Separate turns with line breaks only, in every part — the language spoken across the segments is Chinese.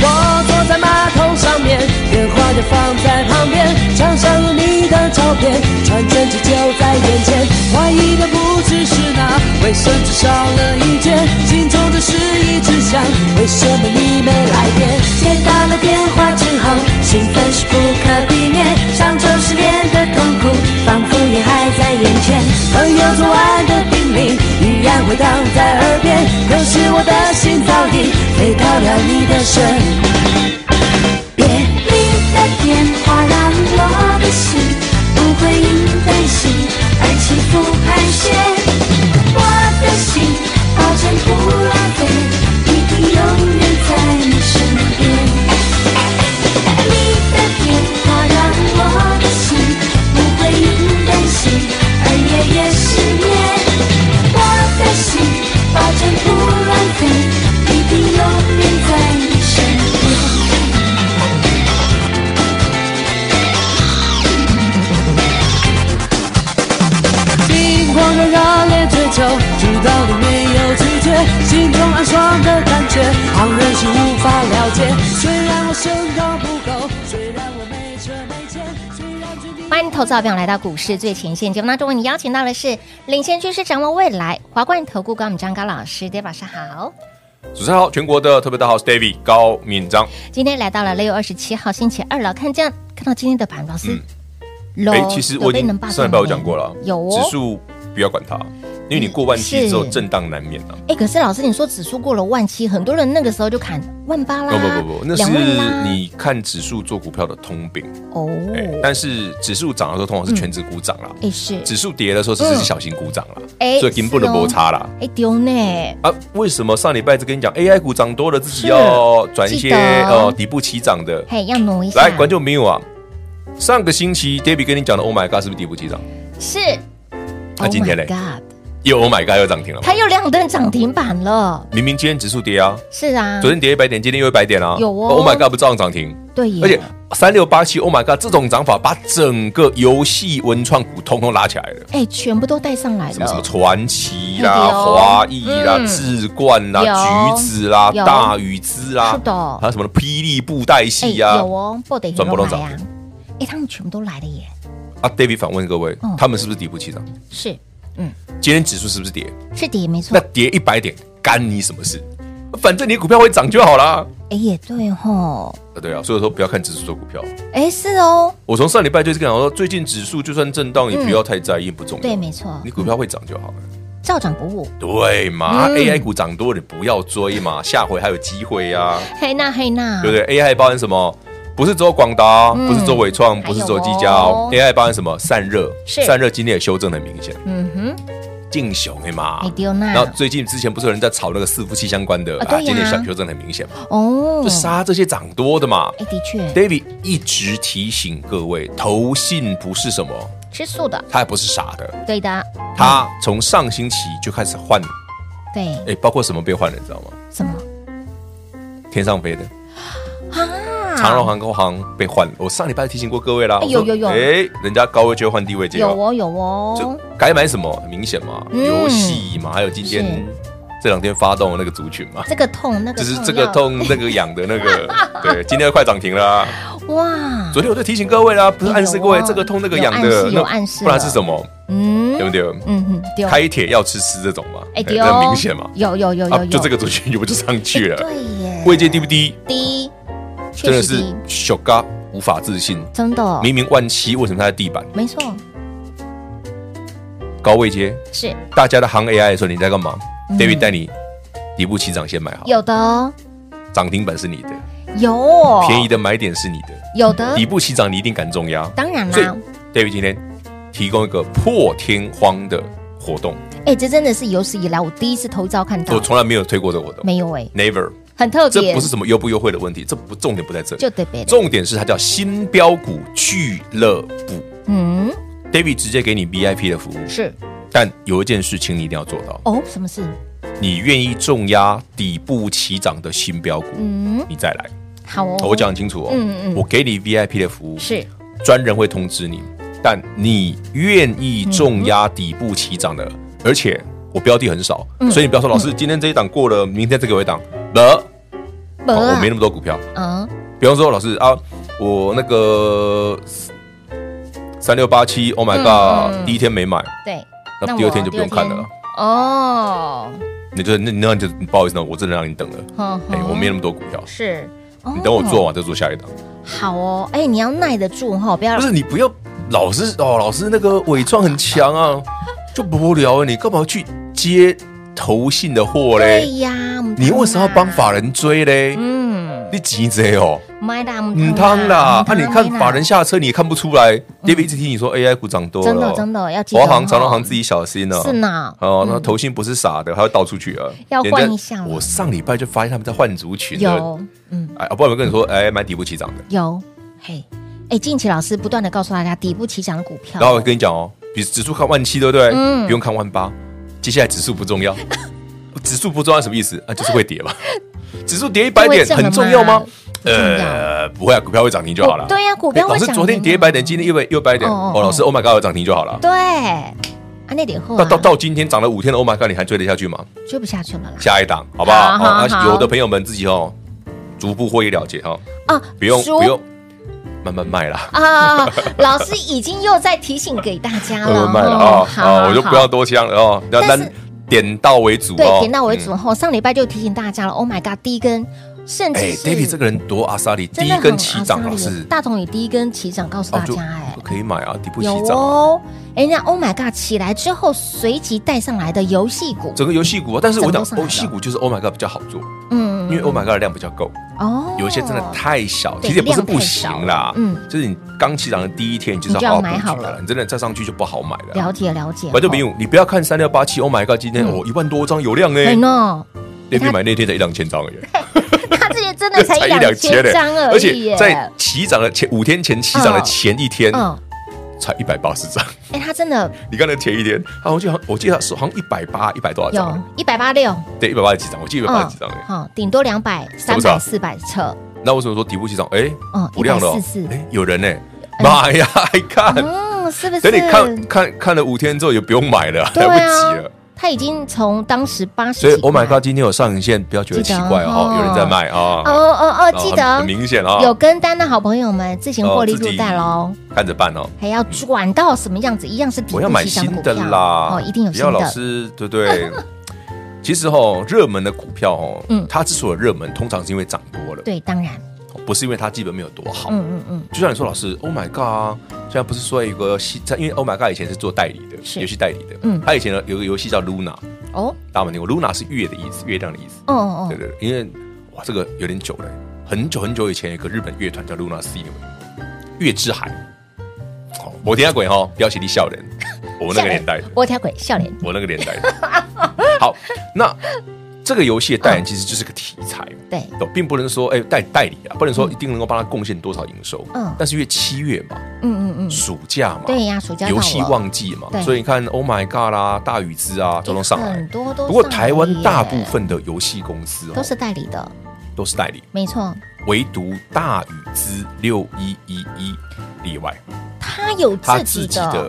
我坐在马桶上面，电话就放在旁边，墙上有你的照片，传真机就在眼前。怀疑的不只是那卫生纸少了一卷，心中的事一直想，为什么你没来电？接打了电话之后，兴奋是不可避免，上周失恋的痛苦仿佛也还在眼前，朋友昨晚的叮咛依然回荡在耳边，可是我的心早已飞到了你的身。别你的电话让我的心不会因担心而起伏盘旋，我的心保证不浪费，一定永远在你身边。你的电话让我的心不会因担心而夜夜失眠，我的心保证不浪费，一定永远在你身边。心慌的热烈追求，直到你没有拒绝，心中暗爽的感觉，旁人是无法了解。虽然我身高不高，虽然我没车没钱，虽然距离。
欢迎投资好朋友来到股市最前线节目当中，为你邀请到的是领先趋势、掌握未来华冠投顾高敏章高老师，大家晚上好。
主持人好，全国的特别大号是 David 高敏章，
今天来到了六月二十七号星期二了，看这样看到今天的盘，老师，楼
嗯哎，其实我已经上礼拜有讲过了，啊
有哦
指。数不要管它，因为你过万
嗯是
七之后震荡难免啊。
哎，可是老师，你说指数过了万七，很多人那个时候就砍万八啦，
哦不不不不，那是
两万啦
你看指数做股票的通病，
哦，
哎，但是指数涨的时候通常是全指股涨啦，
哎是，
指数跌的时候只是小型股涨啦
哎，
所以根本的
是哦
摩擦啦。
哎丢呢，
啊，为什么上礼拜只跟你讲 AI 股涨多了，自己要转一
记
些
得
呃底部起涨的？
嘿要挪一下，
来，观众朋友啊，上个星期 David 跟你讲的 Oh my God 是不是底部起涨？
是，
那今天嘞
Oh my God，
又 Oh my God 又涨停了嘛
它又亮灯涨停板了，
明明今天指数跌啊，
是啊，
昨天跌一百点，今天又一百点啊。
有哦
Oh my God，不照样涨停，
对耶，
而且三六八七 Oh my God 这种涨法，把整个游戏文创股通通拉起来了。
哎全部都带上来
什么什么
了，
传奇
哎
啦、
对哦
华裔啦、
嗯
智冠啦、
有
橘子啦、
有
大禹之啦，
是的
还有什么霹雳布袋戏啊
哎
呀？
有哦，不得
转
有
播
来
都涨
啊，哎他们全部都来了耶，
啊，David 反问各位
嗯，
他们是不是底部起涨？
是，嗯，
今天指数是不是跌？
是的，没错
那，跌一百点干你什么事？反正你股票会涨就好啦。
哎也对吼，
啊对啊，所以说不要看指数做股票。
哎是哦，
我从上礼拜就是跟你讲说，最近指数就算震荡，也不要太在意，不重要。
对，没错
你，股票会涨就好了。
照涨不误，
对嘛
嗯
？AI 股涨多了，你不要追嘛，下回还有机会呀，
嘿娜嘿娜，
对不对？AI 包含什么？不是只有广达，
嗯
不是只有伟创，不是只有技嘉哦。
还有
AI 包含什么？散热，
是
散热今天也修正得很明显，
嗯哼，
进熊哎嘛
哎。丢娜
然，后最近之前不是有人在炒那个伺服器相关的
啊对呀
今天小修正得很明显嘛，
哦
就，杀这些涨多的嘛。
哎的确，
David 一直提醒各位，投信不是什么，
吃素的，
它也不是傻的，
对的，
他从上星期就开始换，
对，
哎、包括什么被换了，你知道吗？
什么
天上飞的
啊？
长荣航空航被换了。我上礼拜提醒过各位啦，
哎有
我
有
说
有
哎、人家高位就会换低位阶
有
哦，
哦有
就
哦，
该买什么很明显嘛，
嗯
游戏嘛，还有今天这两天发动的那个族群嘛。
这个痛那个
就是
痛
这个
要
痛那个痒的那 个，对，今天快涨停了啊、
哇，
昨天我就提醒各位啦，不是暗示各
哎
位
有哦
这个痛那个
有
痒
暗
的，
示有暗示啊
不然是什么？
嗯
对不对？
嗯哼丢，
开铁要吃吃这种嘛，
哎
这
丢，
很明显嘛。
有有哦有有
啊
有，，哎
就这个族群我就上去了。
对耶，
位阶低不低？
低，确
真的
实
是
低
小嘎无法置信。
真的，
明明万七，为什么它在地板
没错，
高位阶？
是
大家在行 AI 的时候，你在干嘛
嗯
？David 带你底部起涨先买好，
有的哦，
涨停板是你的。
有
便宜的买点是你的，
有的
底，部起涨你一定敢重压。
嗯当然
所以
啦，
David 今天提供一个破天荒的活动，
哎，这真的是有史以来我第一次头一遭看到
我，从来没有推过的活动
没有哎，
，Never。
很特
这
别
不，是什么优不优惠的问题，这不重点不在这里
就，特别的，
重点是它叫新标股俱乐部。
嗯，
David 直接给你 VIP 的服务，
是
但有一件事情你一定要做到，
哦，什么事？
你愿意重压底部起涨的新标股，
嗯，
你再来。
好哦，
我讲清楚哦，
嗯嗯嗯
我给你 VIP 的服务，
是
专人会通知你，但你愿意重压底部起涨
嗯
的，而且我标的很少，所以你不要说老师今天这一档过了，明天再给我一档，了，
没
好哦我
啊
没那么多股票。
啊，
比方说老师啊，我那个三六八七，Oh my
嗯
God，第一天没买，
对，
那
我
第二天就不用看了
第二天哦，
你就那那你就不好意思，那我真的让你等了，
哼
哎，
哼
我没那么多股票，
是，哦
你等我做完再做下一档。
好哦，哎，你要耐得住哈，不要
不是你不要老是哦，老师那个伪装很 强啊，就无聊啊，你干嘛去接投信的货
对
嘞？
呀，唔通啦
你为什么要帮法？人追嘞？
嗯，
你急这哦，
买啦，
唔
唔
汤啦！啊，你看法人
没啦
下车，你也看不出来。David 一直听你说 AI 股涨多了
嗯
哦，
真的真的要记得
华航、
哦
长隆航自己小心哦。
是呢，
哦，那
嗯
投信不是傻的，还要倒出去啊。
要换
人家
一下了
我上礼拜就发现他们在换族群了。
有，嗯
哎，啊不然我跟你说，哎，买底部起涨的。
有，嘿，哎，近期老师不断的告诉大家底部起涨的股票，
然后我跟你讲哦，比指数看万七，对不对？
嗯
不用看万八。接下来指数不 重要，指数不重要什么意思啊？就是会跌嘛。指数跌一百点
就会
很
震了
重要吗？
不重要，
不会啊，股票会涨停就好了。
股对呀股票
哎
会
老师
涨
昨天
停
跌一
啊
百点，今天又百又百点，
哦
哦
哦，
老师，Oh my God，有涨停就好了。
对，啊，那点货
到到到今天涨了五天的 Oh my God，你还追得下去吗？
追不下去了啦，
下一档好不好？
好好
哦
好
有的朋友们自己哦，逐步获益了解哈，
啊，
不用
熟
不用，慢慢卖啦，
啊，老师已经又在提醒给大家
慢
了，
慢卖啦
哦
啊
好
啊！我就
好
不要多讲了哦，那
但
那
是
点到为主
对
哦，
点到为
嗯
主。后，上礼拜就提醒大家了，Oh my god，第一根，甚
哎
至是
，David 这个人多阿莎里，第
真
一
的
根
很啊
起
阿
涨
莎
老
莉
师，
大同宇第一根起涨，告诉大
哦就
家，哎，
可以买啊，底部起
有
涨啊，
哦，哎，那 Oh my god 起来之后，随即带上来的游戏股，
整个游戏股啊。但是我讲
整个都上来
哦，
了
戏股就是 Oh my God 比较好做，
嗯
因为 Oh my God 的量比较够，
哦，
有一些真的太小，
对
其实也不是不
量
行
太少
啦
了，嗯
就是你刚起涨的第一天，你就是
你就
要
要
好好
买好
布局
了
了，你真的再上去就不好买了。
了解了解，
反正没有，你不要看三六八七，Oh my God，今天
嗯
哦一万多张有量呢
哎 no，
，David 买那天才一两千张而已。
他这些真 的才一
一
两千
嘞
张而
而
已
且
耶，
在起涨的前五天前起涨的前一天，
嗯，
才一百八十张。
哎，他真的
你刚才前一天，啊，我记得好像我记得手好像一百八，一百多少
有
张？
一百八六，嗯
对，一百八十几张，我记得一百八十几张哎。
好，顶多两百、三
么
百、
涨
四百 扯，
那为什么说底部起涨？哎
嗯，
不亮了哦
144，
哎，有人哎，妈呀，还看？
嗯，是不是？
等你看看看了五天之后，也不用买了，
对
来
啊
不及了。
他已经从当时八十，
所以，Oh my God，今天有上影线，不要觉得奇怪
记得哦
哦，有人在卖
哦
啊，
哦哦，记
很
得
很明显啊，
有跟单的好朋友们自行获利入袋喽，
看着办哦。
还要转到什么样子？一样是底
我
部
要买
起涨
新
股
的
票
啦，
哦，一定有
不
新
要老
的，
师，对不对？ 其实哦，热门的股票哦，
嗯
它之所以热门，通常是因为涨多了，
对，当然，
不是因为它基本面有多好。
嗯嗯嗯，
就像你说，老师，Oh my God 啊！现在不是说有个戏，因为 Oh my God 以前是做代理的，
是
游戏代理的。
嗯
他以前呢有个游戏叫 Luna，
哦，
大家有没有听过？Luna 是月的意思，月亮的意思。
哦哦
对对，对因为哇，这个有点久了，很久很久以前有一个日本乐团叫 Luna Sea，月之海。哦，我听下鬼哈，不要写你笑人，我那个年代的，
我条鬼笑脸，
我那个年代的。 好，那这个游戏的代言其实就是个题材。
对，
哦，并不能说哎代代理啊，不能说一定能够帮他贡献多少营收。
嗯
但是因为七月嘛，
嗯嗯嗯，
暑假嘛，
对呀暑假到了
游戏旺季嘛
对，
所以你看 Oh my God 啦、大禹之啊，都能上来
很。多都，
不过台湾大部分的游戏公司哦
都是代理的，
都是代理，
没错，
唯独大禹之六一一一例外，
他有
他
自
自
己
己
的哦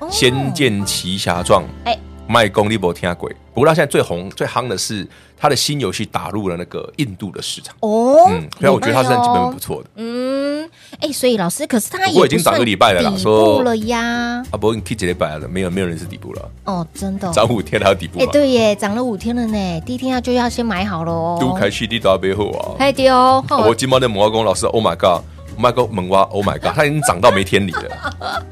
的《仙，剑奇侠传》
哎
卖功力博天下鬼。不过他现在最红最夯的是他的新游戏打入了那个印度的市场，
哦
嗯，所以我觉得他现在基本面不错的。
嗯，哎，所以老师，可是他
不
也
过已经涨一个礼拜了啦
不算
说
底部了呀。
啊，不过你 K 姐姐摆了，没有没有人是底部了，
哦，真的哦、
涨五天还有底部
哎、
嘛？
对耶，涨了五天了呢。第一天要就要先买好了哦。
都开始你到背后啊！
哎对哦，好
我金毛的魔工老师，Oh my God，Oh my God，猛蛙，Oh my God，他已经涨到没天 理了。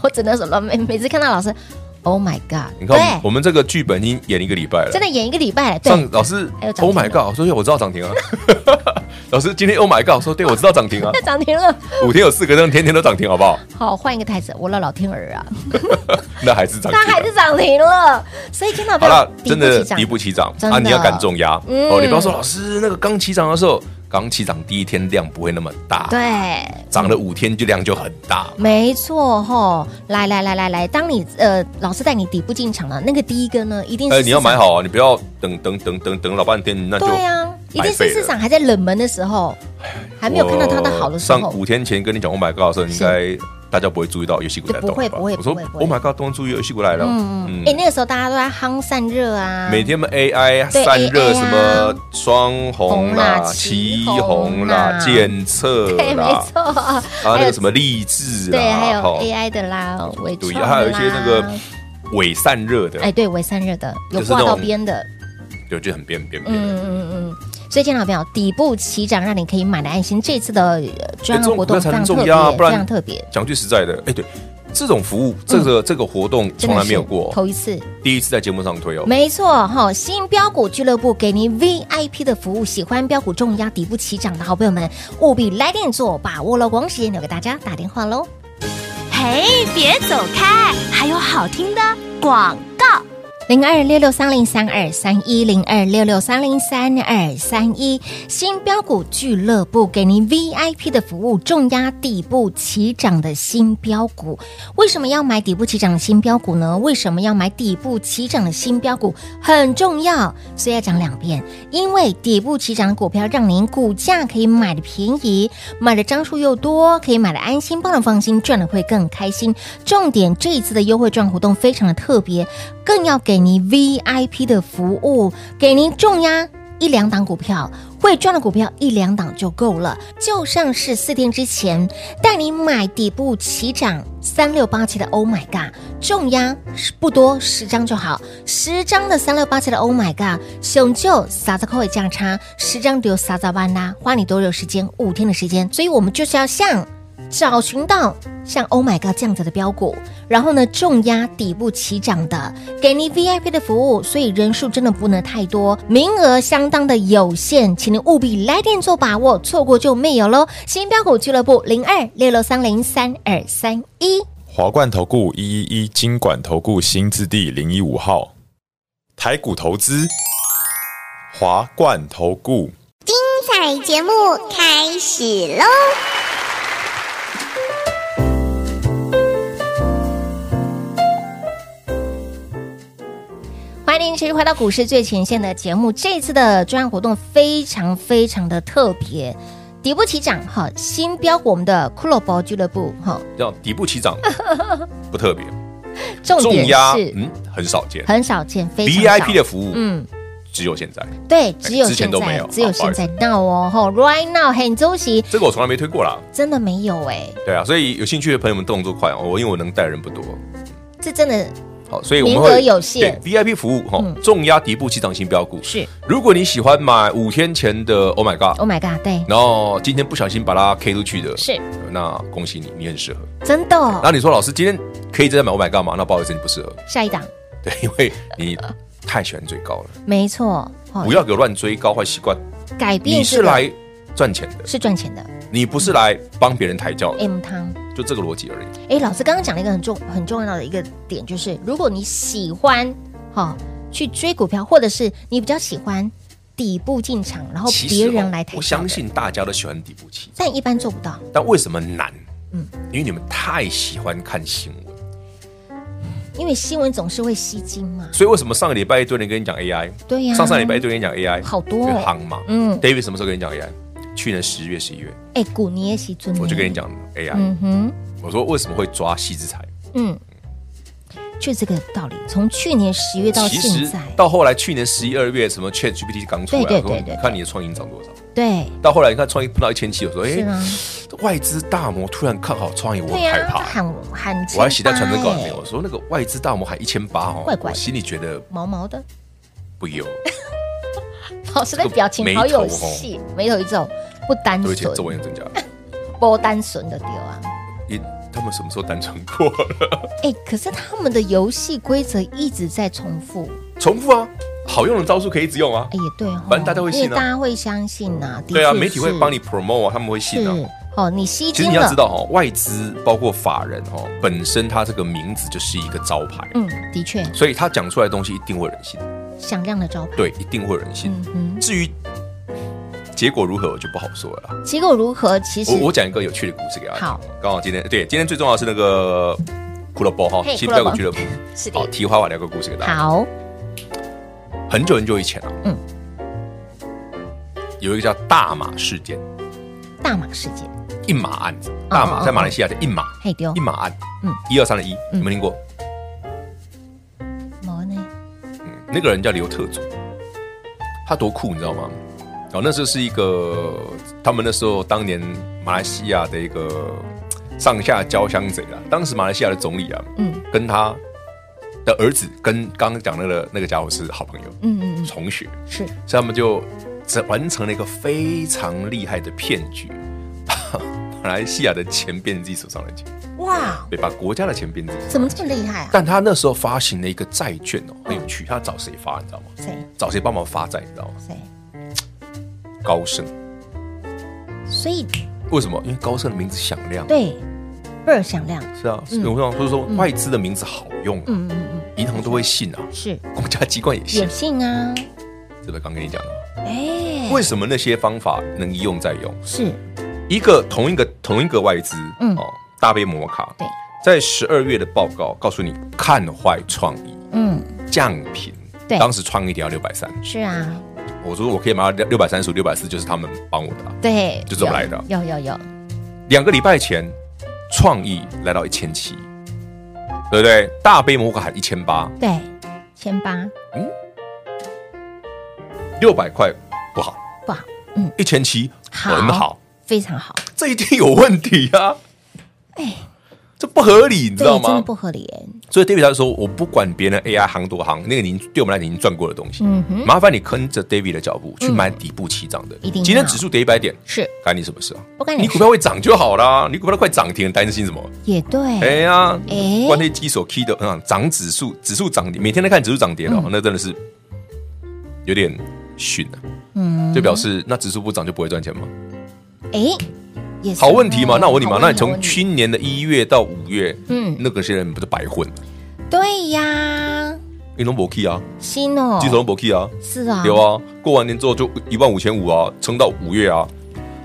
我只能说每每次看到老师，Oh my God，
你看我们，
对，
我们这个剧本已经演一个礼拜了，
真的演一个礼拜了，对
上老师
还有涨
，Oh my
停
God，所以我知道涨停啊。 老师今天 Oh my God，说对我知道涨停啊，
它涨停了。
五天有四个灯，天天都涨停，好不好？
好，换一个台词，我的老天儿啊，
那还是涨停
它
啊，
还是涨停了。所以听到
好了，
敌
真
不起
的
涨
敌不起涨
真
啊！
的
你要敢重压
嗯
哦，你不要说老师那个刚起涨的时候，刚起涨第一天量不会那么大，
对，
涨了五天就量就很大，
没错吼，来来来来来，当你呃老师带你底部进场了，那个第一个呢，一定是、
哎，你要买，好啊，你不要等等等等等老半天，那就
对啊，一定
白
是
费了哎
市场还在冷门的时候，还没有看到它的好的时
我
候
上，五天前跟你讲 Oh my God 的时候，应该大家不会注意到游戏股在动，
不会
好吧
不会
我说
不会不会
Oh my God，东注意游戏股来了，
嗯嗯，哎、那个时候大家都在夯散热啊，
每天嘛 AI
对
散
AI
热
啊
什么双红啦
红啦、旗
旗红
红
啦
啦、
检测
对， 没
啦，
错，啊，
啊那个什么励志啦，
对，还有
吼
AI 的啦，微
对
创，的啦
还有一些那个伪散热的，
哎，对，微散热的有
就是那
挂到
种
边的，
对，就很边边边。
嗯
哎
嗯嗯。所以，亲爱的朋友，底部起涨让你可以买的安心。这次的呃专
这
案
种
活
股票
动非
才
常特
能哎重
别，
压啊，不
非常
然
特别，
讲句实在的，哎，对，这种服务，这个这个活动
嗯真
从
的
来
是
没有过，
头一次。
第一次在节目上推哦。
没错，哈，新标股俱乐部给您 VIP 的服务，喜欢标股重压底部起涨的好朋友们，务必来电做把握喽！光时间留给大家打电话喽。
嘿，别走开，还有好听的广告。
零二六六三零三二三一零二六六三零三二三一新标股俱乐部给您 VIP 的服务，重压底部起涨的新标股。为什么要买底部起涨的新标股呢？为什么要买底部起涨的新标股很重要，所以要讲两遍。因为底部起涨的股票让您股价可以买的便宜，买的张数又多，可以买的安心，帮人放心，赚的会更开心。重点这一次的优惠赚活动非常的特别，更要给您 VIP 的服务，给您重压一两档股票。会赚的股票一两档就够了，就上市四天之前带你买底部起涨三六八七的 Oh my God，重压是不多十张就好，十张的三六八七的 Oh my God，熊就啥子扣也价差，十张只有啥子万啦，花你多久时间？五天的时间，所以我们就是要像。找寻到像 Oh my God 这样子的标股，然后呢重压底部起涨的，给您 VIP 的服务，所以人数真的不能太多，名额相当的有限，请您务必来电做把握，错过就没有喽。新标股俱乐部零二六六三零三二三一。
华冠投顾一一一金管投顾新字第零一五号，台股投资，华冠投顾。
彩节目开始喽！
欢迎您持续回到股市最前线的节目。这一次的专案活动非常非常的特别，底部起涨哈，新标股我们的骷髅包俱乐部哈，
叫底部 起涨不特别，
重
重
点
压
是
嗯很少见
很少见，非常少
，VIP 的服务
嗯。
只有现在，
对，只有
之
现
前都没
在
有，
只有
好不好
现
意思
在 now 哦，吼，right now 很周期
这个我从来没推过啦。
真的没有哎，
对啊，所以有兴趣的朋友们动作快哦，我因为我能带人不多，
这真的
好，所以我们
名
会
额有限
对 VIP 服务哈，
嗯
重压底部起涨新标股。
是
如果你喜欢买五天前的 Oh my God，
，Oh my god，对，
然后今天不小心把它 K 出去的，
是
那恭喜你，你很适合。
真的哦。
那你说老师今天可以再买 Oh my God 吗？那不好意思，你不适合，
下一档，
对，因为你太喜欢追高了，
没错，哦
不要给我乱追高坏习惯。
改变
你
这
是
个
来赚钱的，
是赚钱的
你不是来帮别人抬轿的，
M 汤。
就这个逻辑而已。
哎，老师刚刚讲了一个很重很重要的一个点，就是如果你喜欢哈、去追股票，或者是你比较喜欢底部进场，然后
其实
别
哦
人来抬，
我相，信大家都喜欢底部起
但一般做不到。
但为什么难？
嗯
嗯，因为你们太喜欢看新闻，
因为新闻总是会吸睛嘛，
所以为什么上个礼拜一堆人跟你讲 AI，
对呀
上上礼拜一堆人讲 AI，
好多哦
就夯嘛。
嗯
嗯，David 什么时候跟你讲 AI？去年十月、十一月，
哎，股你也吸尊，
我就跟你，讲 AI。
嗯哼，
我说为什么会抓细之财？
嗯，就这个道理。从去年十月到
其
现
实
在，
到后来去年十一二月，什么 ChatGPT 刚出来，
对对
我说
对对
你看你的创意涨多少？
对，
到后来你看创意碰到一千七，我说
是
哎
吗，
外资大摩突然看好创意，我
对
很害
呀，
怕。
喊喊千八，
我还写在传真稿里面，
哎
我说那个外资大摩还一千八哦，
怪怪的
我心里觉得
毛毛的，
不 优，
老师的表情好有戏，眉头一皱，不单
而
纯
且，皱纹增加。
不单纯的丢啊。
咦，他们什么时候单纯过了？
哎，可是他们的游戏规则一直在重复，
重复啊，好用的招数可以一直用啊。
哎，也对哦，
反正大家会信啊
因为大家会相信呐、的
对啊，
确
媒体会
是
帮你 promote 啊，他们会信啊。
是哦，你吸
其实
睛
你要
了
知，道哦，外资包括法人哦，本身它这个名字就是一个招牌，
嗯，的确，
所以他讲出来的东西一定会有人信，
响亮的招牌，
对，一定会有人信。
嗯哼，
至于结果如何，我就不好说了啦。
结果如何？ 其实
哦我我讲一个有趣的故事给大家。
好，
刚好今天对，今天最重要的是那个胡萝卜哈，
嘿
新
胡萝
标
卜
股俱乐部。
是
好，提花花聊个故事给大家。
好，
很久很久以前啊，
嗯，
有一个叫大马事件，
大马事件，
一马案子。大
哦哦哦
马在马来西亚叫一马，
嘿丢
一，马案，
嗯
嗯，一二三的一，
嗯
有没有听过？
毛呢？
那个人叫刘特佐，他多酷，你知道吗？哦，那时候是一个他们那时候当年马来西亚的一个嘖上下交相贼啦。当时马来西亚的总理啊，
嗯
跟他的儿子跟刚刚讲那个那个家伙是好朋友，
嗯嗯嗯，
同学，
是
所以他们就只完成了一个非常厉害的骗局，把马来西亚的钱变成自己手上的钱，
哇，
对，把国家的钱变成自己手上的钱。
怎么这么厉害啊？
但他那时候发行了一个债券哦，很有趣，他找谁发，你知道吗？
谁
找谁帮忙发债，你知道吗？
谁？
高盛，
所以
为什么？因为高盛的名字响亮，
对倍儿响亮，
是啊，有这样，或者说外资的名字好用啊，
嗯嗯嗯，
银行都会信啊，
是
公家机关也信
也，信啊，
是不是？刚跟你讲的嘛，
哎，
为什么那些方法能一用再用？
是
一个同一个同一个外资，
嗯
哦，大杯摩卡，
对，
在十二月的报告告诉你，看坏创意
嗯
降频，
对
当时创意跌到六百三，
是啊，
我说我可以买到六百三十五、六百四，就是他们帮我的啊。
对，
就这么
有
来的
有有有，
两个礼拜前，创意来到一千七，对不对？大杯摩卡还一千八，
对，千八
六百块不好，
不好，嗯，
一千七很好，，
非常好，
这一定有问题啊！
哎，
这不合理，你知
这
道
个真的
吗？
不合理耶，
所以 David 他说，我不管别人 AI 行多行，那个您对我们来讲已经赚过的东西，
嗯哼
麻烦你跟着 David 的脚步去买底部起涨的。
一定要
今天指数跌一百点，
是
干你什么事啊？
不干你
你
事
股票会涨就好啦，你股票都快涨停，担心什么？
也对，
哎呀，
哎
关内基手 key 的，嗯，涨指数，指数涨跌，每天在看指数涨跌的
嗯
哦，那真的是有点逊啊。
嗯
就表示那指数不涨就不会赚钱吗？
哎，也是
好问题嘛。
哦
那我问你嘛，
好
那你
好
从
问
去年的一月到五月，
嗯
嗯，那个些人不是白混了？
对呀，
因龙博 key 啊，
新哦，
基手龙博 key 啊，
是啊，
有啊。过完年之后就一万五千五啊，撑到五月啊，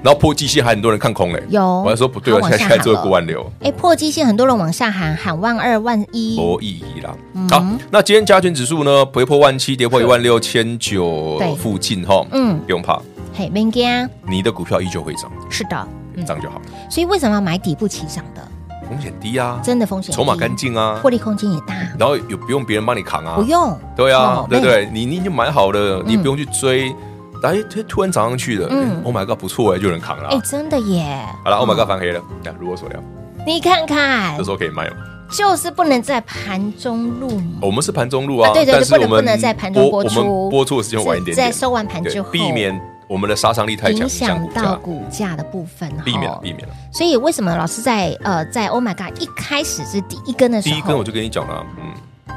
然后破季线还很多人看空嘞。
有
我还说不对啊，
它往
现
下
在现在只有
喊了
过万六，
哎，破基线很多人往下喊，喊万二万一，
无意义啦。
嗯
好，那今天加权指数呢，跌破万七，跌破一万六千九
对
附近哈，
嗯
嗯，不用怕，
嘿，明天
你的股票依旧会涨，
是的，嗯，
涨就好，
所以为什么要买底部起涨的？
风险低啊，
真的风险低
筹码干，净啊
获，利空间也大，
然后也不用别人帮你扛啊，
不用，
对啊
哦，
对不，对？你你已经买好了，你不用去追。哎，它突然涨上去了、
嗯
o h my god，不错哎，就有人扛了啊、
哎，嗯真的耶，
好了，Oh my god，翻黑了，呀，如我所料，
你看看
这，时候可以卖吗？
就是不能在盘中入嘛，
我们是盘中路啊，
啊对对对
但是
不能
我们
不能在盘中
播
播出
我们播出的时间晚一
是
点
在
点，
收完盘
对
之后
避免我们的杀伤力太强，
影
影响
响
股
到
价，
股价的部分哈，
避免了，避免了。
所以为什么老师在呃在 Oh my God 一开始是第一根的时
第
候，
一根我就跟你讲了，嗯，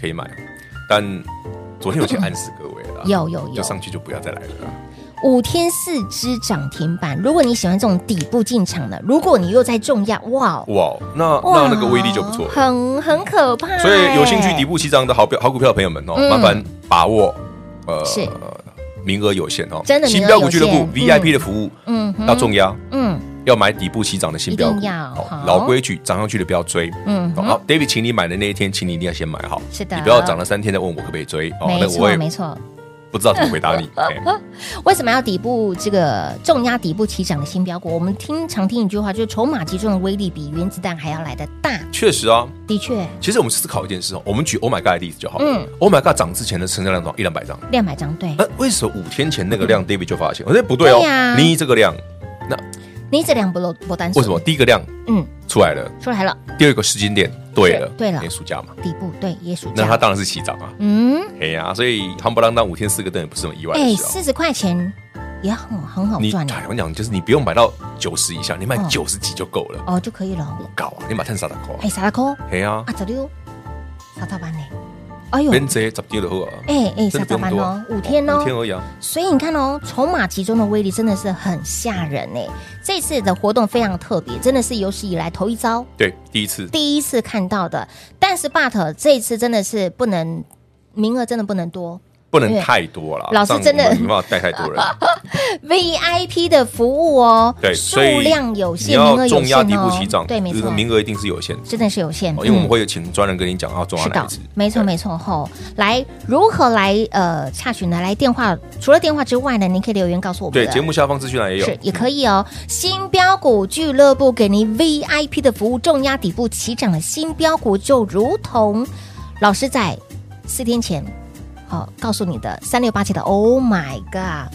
可以买，但昨天有去暗示各位了，
嗯有有有
就上去就不要再来了啦。
五天四只涨停板。如果你喜欢这种底部进场的，如果你又在重压，哇
哇，那
哇，
那那个威力就不错了。
很很可怕欸。
所以有兴趣底部起涨的好标好股票的朋友们哦，
嗯
麻烦把握，呃
是，
名额有限哦，
真的名额
新标股俱乐部
有限
VIP 的服务
嗯哼
要重压，
嗯
要买底部起涨的新标
一
股
定要好，
老规矩，涨上去的不要追。
嗯
好好，David，请你买的那一天，请你一定要先买好，
是的
哦你不要涨了三天再问我可不可以追哦，
没
那我
错
也
没错。
不知道怎么回 答你。哎
为什么要底部这个重压底部起涨的新标股？我们听常听一句话，就是筹码集中的威力比原子弹还要来的大。
确实啊，
的确，
其实我们思考一件事哦，我们举 Oh my God 的例子就好了。
嗯
o h my God 涨之前的成交量多少？一两百张。
两百张对，
那为什么五天前那个量 David 就发现？我说不对哦
嗯对呀，
你这个量，那
你这两不漏不单数
为什么？第一个量
嗯，
出来了，
出来了，
第二个时间点对了
是，对了
因为暑假嘛，
底部对，也属
那
这
它
样。
当然是起涨啊，
嗯，
哎呀、所以夯不啷当五天四个灯也不是什么意外
哎，
的事啊。
四十块钱也很很好
你
赚
哎
的
我讲就是你不用买到九十以下，你买
嗯
九十几就够了。
哦，就可以了。
我搞啊，你买碳沙打扣啊
哎，，啥扣？
哎呀
啊，，十六，三十万呢？哎呦，
边这十丢就好啊，
哎哎，
真
下
的不
早
用
班
多
哦
啊，
五天哦
五，天而已啊。
所以你看哦，筹码集中的威力真的是很吓人哎！这次的活动非常特别，真的是有史以来头一遭，
对，第一次
第一次看到的。但是 but 这一次真的是不能，名额真的不能多。
不能太多了，
老师
这样
真的
我们没办法带太 多人。
VIP 的服务哦，
对，
数
所以
量有
你
限，名额
要
有
重压
限
底部
哦
起涨，，
对，没
就是
错，
名额一定是有限的。
真的是有限，
哦因为我
嗯
们会有请专人跟你讲哦要重压
是
哪
的
一次，，
没错
对
没错吼。来，如何来呃洽询呢？来电话，除了电话之外呢，您可以留言告诉我们的。
对，节目下方资讯栏也有
是，也可以哦。新标股俱乐部给您 VIP 的服务，重压底部起涨的新标股，就如同老师在四天前好、告诉你的三六八七的，Oh my God！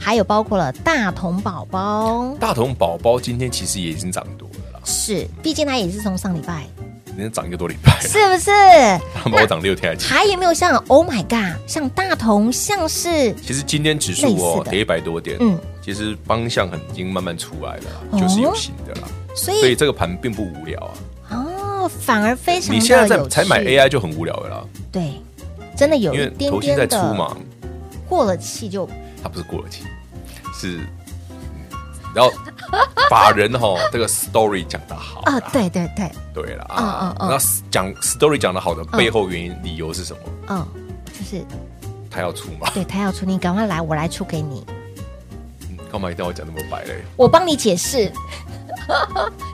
还有包括了大同宝宝，
大同宝宝今天其实也已经涨多了啦，
是，毕竟它也是从上礼 拜，
今天涨一个多礼拜 了，
是不是？
大同宝宝涨六天还七。
还有没有像 Oh my God，像大同，像是
其实今天指数
类似
哦
的
跌一百多点，
嗯，
其实方向很已经慢慢出来了
哦
啦，就是有新的啦，
所
所
以
以这个盘并不无聊啊。
哦，反而非常
你
的
现在在
有
才买
趣
AI 就很无聊了啦，
对，真的有
因
一
为
点
头
点
先
的
在出嘛，
过了气就
它不是过了期，是。嗯然后把人哈、这个 story 讲得好啦
啊，对对对，
对了
嗯
啊，
嗯嗯
那讲 story 讲得好的背后原因理由是什么？
嗯，就是
他要出嘛？
对他要出，你赶快来，我来出给你，
嗯 干嘛一定要我讲那么白嘞？
我帮你解释，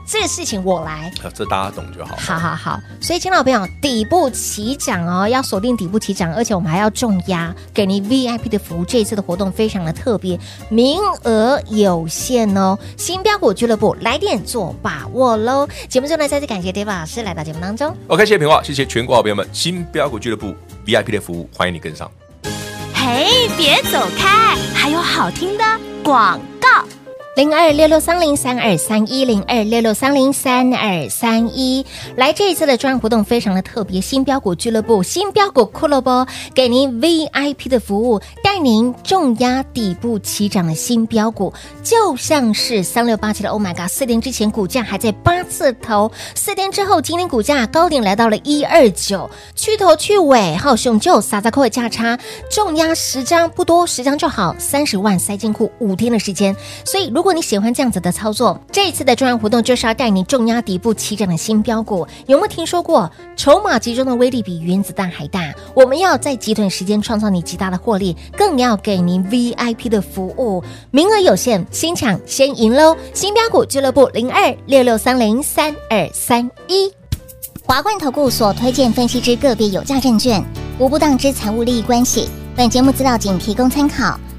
这个事情我来。
啊这大家懂就好。
好好好，所以，亲老朋友，底部起涨哦，要锁定底部起涨，而且我们还要重压，给你 VIP 的服务。这一次的活动非常的特别，名额有限哦。新标股俱乐部来电做把握喽！节目最后呢，再次感谢 David 老师来到节目当中。
OK，谢谢平话，谢谢全国好朋友们，新标股俱乐部 VIP 的服务，欢迎你跟上。
嘿，别走开，还有好听的广告。
零二六六三零三二三一零二六六三零三二三一。来，这一次的专案活动非常的特别，新标股俱乐部、新标股俱乐部给您 VIP 的服务，带您重压底部起涨的新标股，就像是三六八七的 Oh my God，四天之前股价还在八字头，四天之后今天股价高点来到了一二九，去头去尾，好熊就撒撒扣的价差，重压十张不多，十张就好，三十万塞进库，五天的时间。所以，如果你喜欢这样子的操作，这一次的专案活动就是要带你重压底部起涨的新标股。有没有听说过筹码集中的威力比原子弹还大？我们要在极短时间创造你极大的获利，更要给您 VIP 的服务，名额有限，先抢先赢喽！新标股俱乐部零二六六三零三二三一。
华冠投顾所推荐分析之个别有价证券，无不当之财务利益关系。本节目资料仅提供参考，